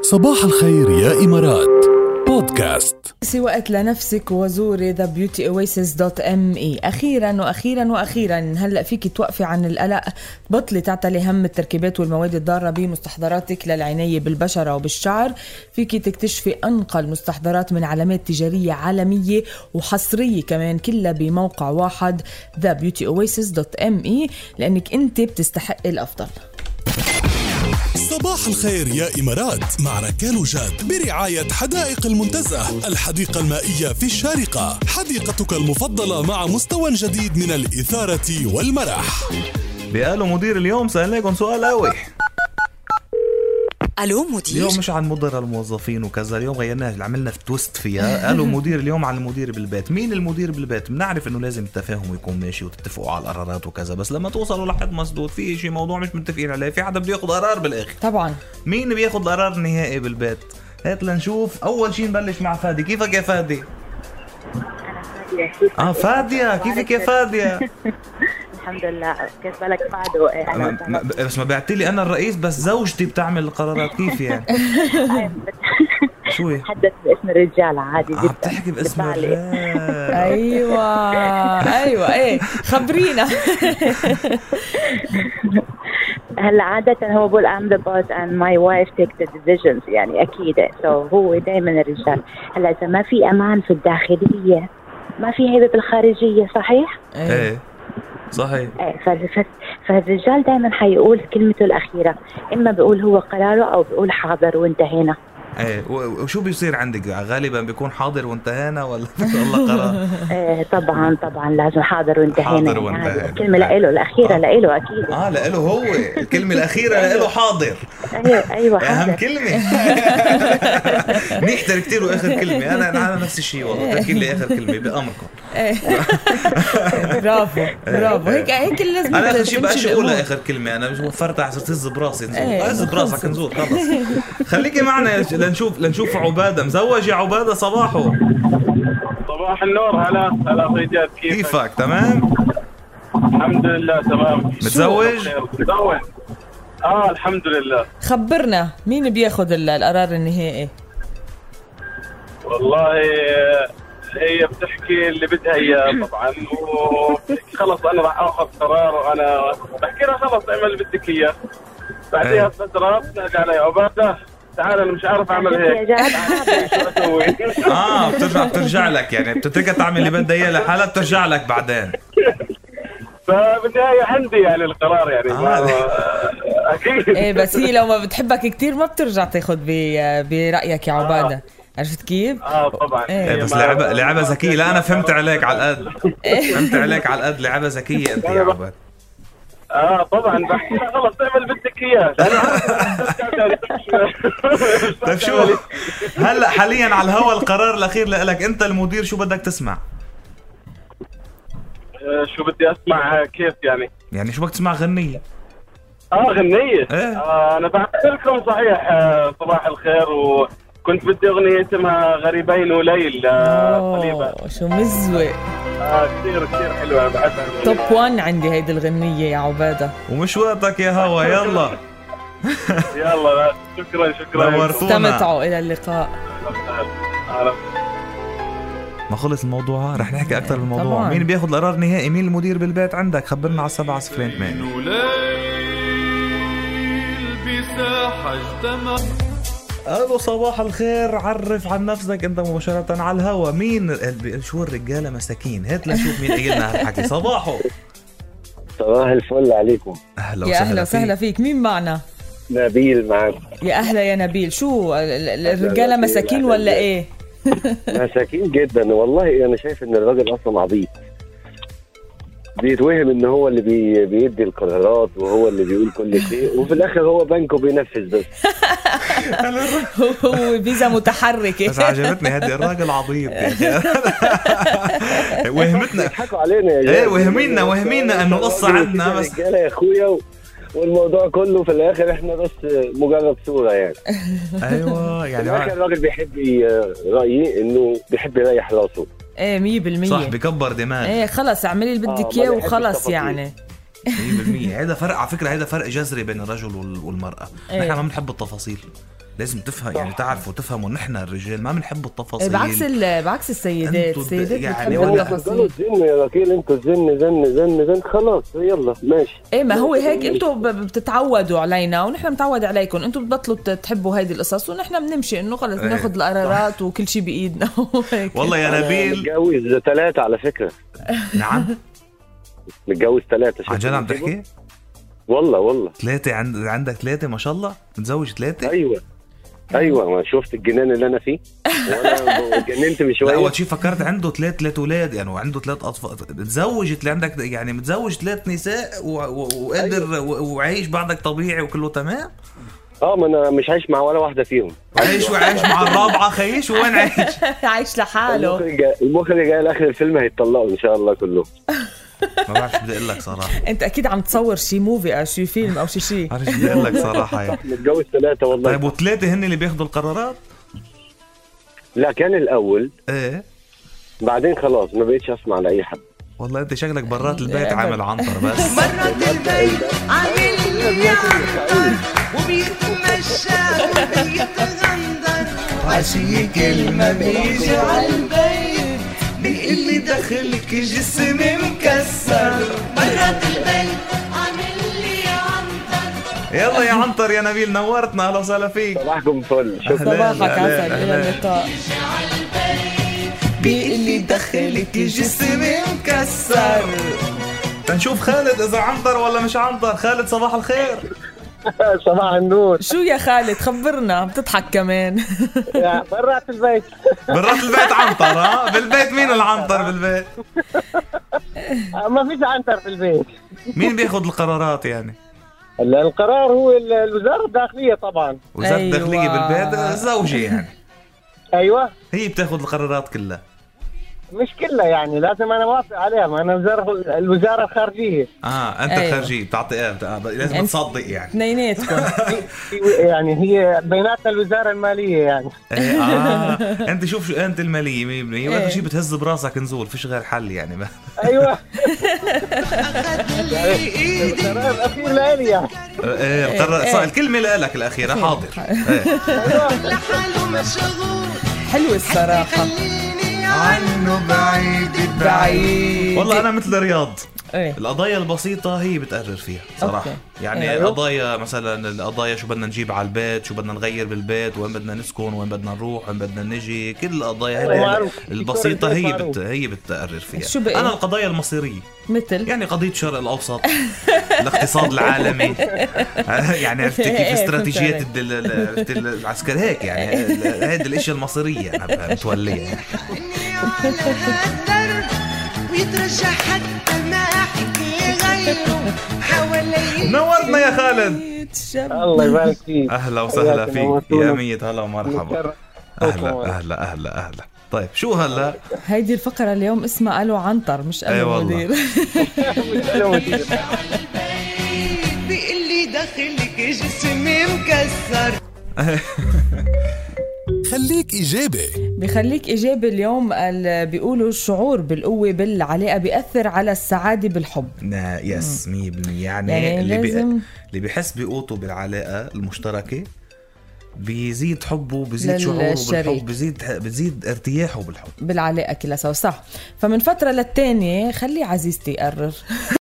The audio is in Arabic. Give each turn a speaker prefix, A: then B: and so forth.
A: صباح الخير يا إمارات بودكاست
B: سي وقت لنفسك وزوري thebeautyoasis.me اخيرا واخيرا واخيرا هلا فيك توقفي عن القلق بطلي تعتلي هم التركيبات والمواد الضاره بمستحضراتك للعنايه بالبشره وبالشعر فيك تكتشفي انقى المستحضرات من علامات تجاريه عالميه وحصريه كمان كلها بموقع واحد thebeautyoasis.me لانك انت E، بتستحقي الافضل
A: صباح الخير يا إمارات مع ركال وجاد برعاية حدائق المنتزه الحديقة المائية في الشارقة حديقتك المفضلة مع مستوى جديد من الإثارة والمرح
C: بقاله مدير اليوم سألناكم سؤال قوي
D: الو مدير
C: اليوم مش عن مدراء الموظفين وكذا اليوم غيرناها عملنا في تويست فيها قالوا مدير اليوم عن المدير بالبيت مين المدير بالبيت بنعرف انه لازم التفاهم يكون ماشي وتتفقوا على القرارات وكذا بس لما توصلوا لحد مسدود في شيء موضوع مش متفقين عليه في حدا بده ياخذ قرار بالاخر
B: طبعا
C: مين بياخذ القرار النهائي بالبيت هات لنشوف اول شيء نبلش مع فادي كيفك يا فادي اه فادية كيفك يا فادية
E: الحمد لله كيف بالك فادو إيه، أهلاً
C: ما- ما-
E: وسهلاً.
C: بس ما بعتلي انا الرئيس بس زوجتي بتعمل القرارات كيف يعني شو هي؟
E: حدث باسم الرجال عادي
C: عم
E: جدا
C: تحكي آه، باسم
E: بتعلق.
C: الرجال
B: ايوه ايوه ايه خبرينا
E: هلا عادة هو بقول I'm the boss and my wife take the decisions يعني أكيد so هو دائما الرجال هلا إذا ما في أمان في الداخلية ما في هيبة بالخارجية صحيح؟
C: ايه صحيح
E: إيه، فال- فال- فالرجال دائما حيقول كلمته الأخيرة إما بيقول هو قراره أو بيقول حاضر وانتهينا
C: ايه و- وشو بيصير عندك غالبا بيكون حاضر وانتهينا ولا الله قرار
E: إيه، طبعا طبعا لازم حاضر وانتهينا
C: حاضر
E: يعني
C: وانتهينا.
E: هذه الكلمة لإله الأخيرة
C: آه.
E: لإله أكيد
C: اه لإله هو الكلمه الاخيره لإله حاضر
E: أيوه أيوه
C: اهم
E: حاضر
C: كلمه نحتر كثير واخر كلمه انا انا نفس الشيء والله تركين لي اخر كلمه بامركم
B: إيه. برافو برافو هيك هيك اللي لازم
C: انا اخر شيء
B: تمشي
C: بقاش اقولها
B: الأمور.
C: اخر كلمه انا مش وفرتها صرت هز براسي نزول
B: إيه.
C: هز براسك نزول خلص خليكي معنا يا ش- لنشوف لنشوف عباده مزوج يا عباده صباحو
F: صباح النور هلا هلا رجال كيفك؟
C: كيفك تمام
F: الحمد لله تمام
C: متزوج؟
F: بخير. متزوج اه الحمد لله
B: خبرنا مين بياخذ ال- القرار النهائي
F: والله آه، هي بتحكي اللي بدها اياه طبعا وبتحكي خلص انا راح اخذ قرار وانا بحكي لها خلص اعمل اللي بدك اياه
C: إيه.
F: بعدها فتره بترجع علي عباده تعال انا مش عارف اعمل
E: يا
F: هيك
E: جاد حاضر
F: شو اسوي؟
C: اه بترجع بترجع لك يعني بتتركها تعمل اللي بدها اياه لحالها بترجع لك بعدين
F: فبالنهايه عندي يعني القرار يعني
C: آه.
F: آه، ما- اكيد
B: ايه بس هي لو ما بتحبك كتير ما بترجع تاخذ ب- برايك يا عباده عرفت كيف؟
F: اه طبعا
B: إيه.
C: إيه بس لعبة لعبة ذكية لا أنا فهمت عليك على القد فهمت عليك على القد لعبة ذكية أنت يا عباد
F: اه طبعا بحكي لها خلص اعمل بدك اياه
C: طيب شو
F: آه،
C: هلا حاليا على الهوا القرار الأخير لك أنت المدير شو بدك تسمع؟
F: آه، شو بدي اسمع كيف يعني
C: يعني شو بدك تسمع غنية؟
F: اه غنية
C: إيه.
F: آه انا بعثت لكم صحيح آه صباح الخير وكنت بدي اغنية اسمها غريبين وليل آه صليبة
B: أوه، شو مزوة
F: آه كثير كثير حلوة بحبها
B: توب 1 عندي هيدي الغنية يا عبادة
C: ومش وقتك يا هوا يلا
F: يلا شكرا شكرا
C: نورتونا.
B: استمتعوا إلى اللقاء
F: أهلا.
C: ما خلص الموضوع رح نحكي أكثر بالموضوع
B: طبعاً.
C: مين بياخد القرار النهائي مين المدير بالبيت عندك خبرنا على سبعة صفرين ثمانية
G: وليل بساحة اجتمع
C: الو صباح الخير عرف عن نفسك انت مباشرة على الهوا مين ال- شو الرجالة مساكين هات لنشوف مين قايل لنا هالحكي صباحو
H: صباح الفل عليكم
C: اهلا
B: يا أهلا وسهلا
C: فيك.
B: فيك مين معنا؟
H: نبيل معاكم
B: يا أهلا يا نبيل شو ال- ال- الرجالة
H: أهلا فيك،
B: مساكين
H: أهلا
B: ولا
H: فيك.
B: إيه؟
H: مساكين جدا والله انا شايف ان الراجل اصلا عبيط بيتوهم ان هو اللي بي... بيدي القرارات وهو اللي بيقول كل شيء وفي الاخر هو بنكه بينفذ بس
B: هو فيزا
C: بس
B: متحركة
C: عجبتني هذه الراجل عبيط يا أخي. وهمتنا
H: بيضحكوا علينا يا
C: نعم. إيه،
H: جدع.
C: وهمينا- وهمينا إنه قصة
H: الراجل
C: عنا
H: كده
C: بس.
H: رجاله يا اخويا و... والموضوع كله في الاخر احنا بس مجرد صوره يعني
C: ايوه
H: في
C: يعني
H: الاخر
C: واحد-
H: الراجل بيحب ي... رايي انه بيحب يريح راسه
B: ايه 100%
C: صح بكبر دماغ 100%
B: ايه خلص اعملي اللي
H: آه،
B: بدك
H: ما
B: اياه
H: بيحب
B: وخلص
H: التفاصيل.
B: يعني
C: هذا فرق على فكرة هذا فرق جذري بين الرجل وال- والمرأة
B: إيه.
C: نحن ما بنحب التفاصيل لازم تفهم يعني تعرفوا تفهموا نحن الرجال ما بنحب التفاصيل
B: إيه، بعكس ال... بعكس السيدات
C: أنتوا
B: السيدات
C: يعني
B: بتحب
C: ولا-
H: هو بتضلوا
B: التفاصيل
H: تزنوا يا ركيل انتوا تزن زن زن زن خلاص يلا ماشي
B: ايه ما هو هيك انتم ب- بتتعودوا علينا ونحن متعود عليكم انتم بتبطلوا ت- تحبوا هيدي القصص ونحن بنمشي انه خلص
C: إيه.
B: ناخذ القرارات وكل شيء بايدنا وهيك
C: والله يا
H: أنا
C: نبيل
H: متجوز ثلاثة على فكرة
C: نعم
H: متجوز ثلاثة شفت
C: عن جد عم
H: نصيبه؟
C: تحكي؟
H: والله والله
C: ثلاثة عند... عندك ثلاثة ما شاء الله متزوج ثلاثة؟
H: ايوه ايوه ما شفت الجنان اللي انا فيه وانا اتجننت من
C: لا
H: شويه
C: اول شيء فكرت عنده ثلاث ثلاث اولاد يعني وعنده ثلاث اطفال متزوج اللي عندك يعني متزوج ثلاث نساء و... و... وقادر و... وعايش بعدك طبيعي وكله تمام
H: اه ما انا مش عايش مع ولا واحده فيهم
C: عايش وعايش مع الرابعة خيش وين عايش؟
B: عايش لحاله
H: المخرج المخرج جاي لاخر الفيلم هيتطلقوا ان شاء الله كلهم
C: ما بعرفش بدي اقول لك صراحة
B: انت اكيد عم تصور شي موفي او شي فيلم او شي شي
C: ما بعرفش بدي اقول لك صراحة يعني
H: متجوز ثلاثه والله
C: طيب وثلاثة هن اللي بياخذوا القرارات؟
H: لا كان الاول
C: ايه
H: بعدين خلاص ما بقتش اسمع لاي حد
C: والله انت شكلك برات البيت عامل عنطر بس
D: مرات البيت عامل لي عنتر وبيتمشى وبيتغندر وعشيك الما بيجي عالبيت بيقول لي دخلك جسمي مكسر مرات البيت عامل لي عنتر
C: يلا يا عنتر يا نبيل نورتنا اهلا وسهلا فيك
H: صباحكم فل شكرا
B: صباحك
C: لا، لا،
B: عسل الى
C: لا.
B: اللقاء
D: بيقول لي دخلك جسمي مكسر
C: تنشوف خالد اذا عنطر ولا مش عنطر خالد صباح الخير
H: صباح النور
B: شو يا خالد خبرنا بتضحك كمان
H: يا برات البيت
C: برات البيت عنطر ها بالبيت مين العنطر بالبيت
H: آه، ما فيش عنتر في البيت
C: مين بياخذ القرارات يعني
H: القرار هو الوزاره الداخليه طبعا
C: وزاد
B: أيوة.
C: أيوة. دخلية بالبيت الزوجة يعني
H: ايوه
C: هي بتاخذ القرارات كلها
H: مش كلها يعني لازم انا موافق عليها ما انا وزاره الوزاره الخارجيه
C: اه انت
B: أيوة.
C: أيوة. خارجي بتعطي آه، بت- آه، لازم
B: أنت-
C: تصدق يعني
B: اثنيناتكم
H: يعني هي بيناتنا الوزاره الماليه يعني
C: إيه، اه انت شوف شو انت المالية 100%
B: إيه.
C: ما شيء بتهز براسك نزول فيش غير حل يعني ما.
H: ايوه
D: أخد لي إيدي
H: القرار الاخير لالي يعني
C: ايه القرار
B: إيه.
C: صار الكلمة لك الأخيرة حاضر إيه.
H: أيوة.
D: لحاله مشغول
B: حلوة الصراحة
D: خليني
C: عنه بعيد
B: بعيد.
C: والله أنا مثل رياض
B: ايه
C: القضايا البسيطة هي بتقرر فيها صراحة
B: أوكي.
C: يعني
B: أيوة.
C: القضايا مثلا القضايا شو بدنا نجيب على البيت شو بدنا نغير بالبيت وين بدنا نسكن وين بدنا نروح وين بدنا نجي كل القضايا
H: أيوة،
C: هذه
H: معروف.
C: البسيطة
H: البيت
C: هي بت...
H: معروف.
C: هي بتقرر فيها
B: شو بقى؟
C: أنا القضايا المصيرية
B: مثل
C: يعني قضية الشرق الأوسط الاقتصاد العالمي يعني عرفت
B: إيه، إيه،
C: كيف
B: فهمت
C: استراتيجيات
B: عليك.
C: الدل... ال- عرفت العسكر هيك يعني هذه الأشياء المصيرية أنا يعني. متوليها
D: عني على هالدرب ويترجى حتى ما احكي غيره حوالي
C: نورتنا يا خالد
H: الله يبارك فيك
C: اهلا وسهلا
H: حياكم
C: فيك
H: الله.
C: يا ميت هلا ومرحبا
H: متشرف.
C: اهلا اهلا اهلا اهلا طيب شو هلا
B: هيدي الفقرة اليوم اسمها ألو عنتر مش
C: إيه
B: ألو
C: والله.
B: مدير
D: بيقول لي داخلك جسمي مكسر
A: خليك إيجابي
B: بخليك إيجابي اليوم ال- بيقولوا الشعور بالقوة بالعلاقة بيأثر على السعادة بالحب
C: نا يس 100% يعني,
B: يعني
C: اللي بي...
B: لازم-
C: اللي بيحس بقوته بالعلاقه المشتركه بيزيد حبه بيزيد
B: لل-
C: شعوره
B: الشريك.
C: بالحب بيزيد بتزيد ارتياحه بالحب
B: بالعلاقة كلها سوا صح فمن فترة للتانية خلي عزيزتي يقرر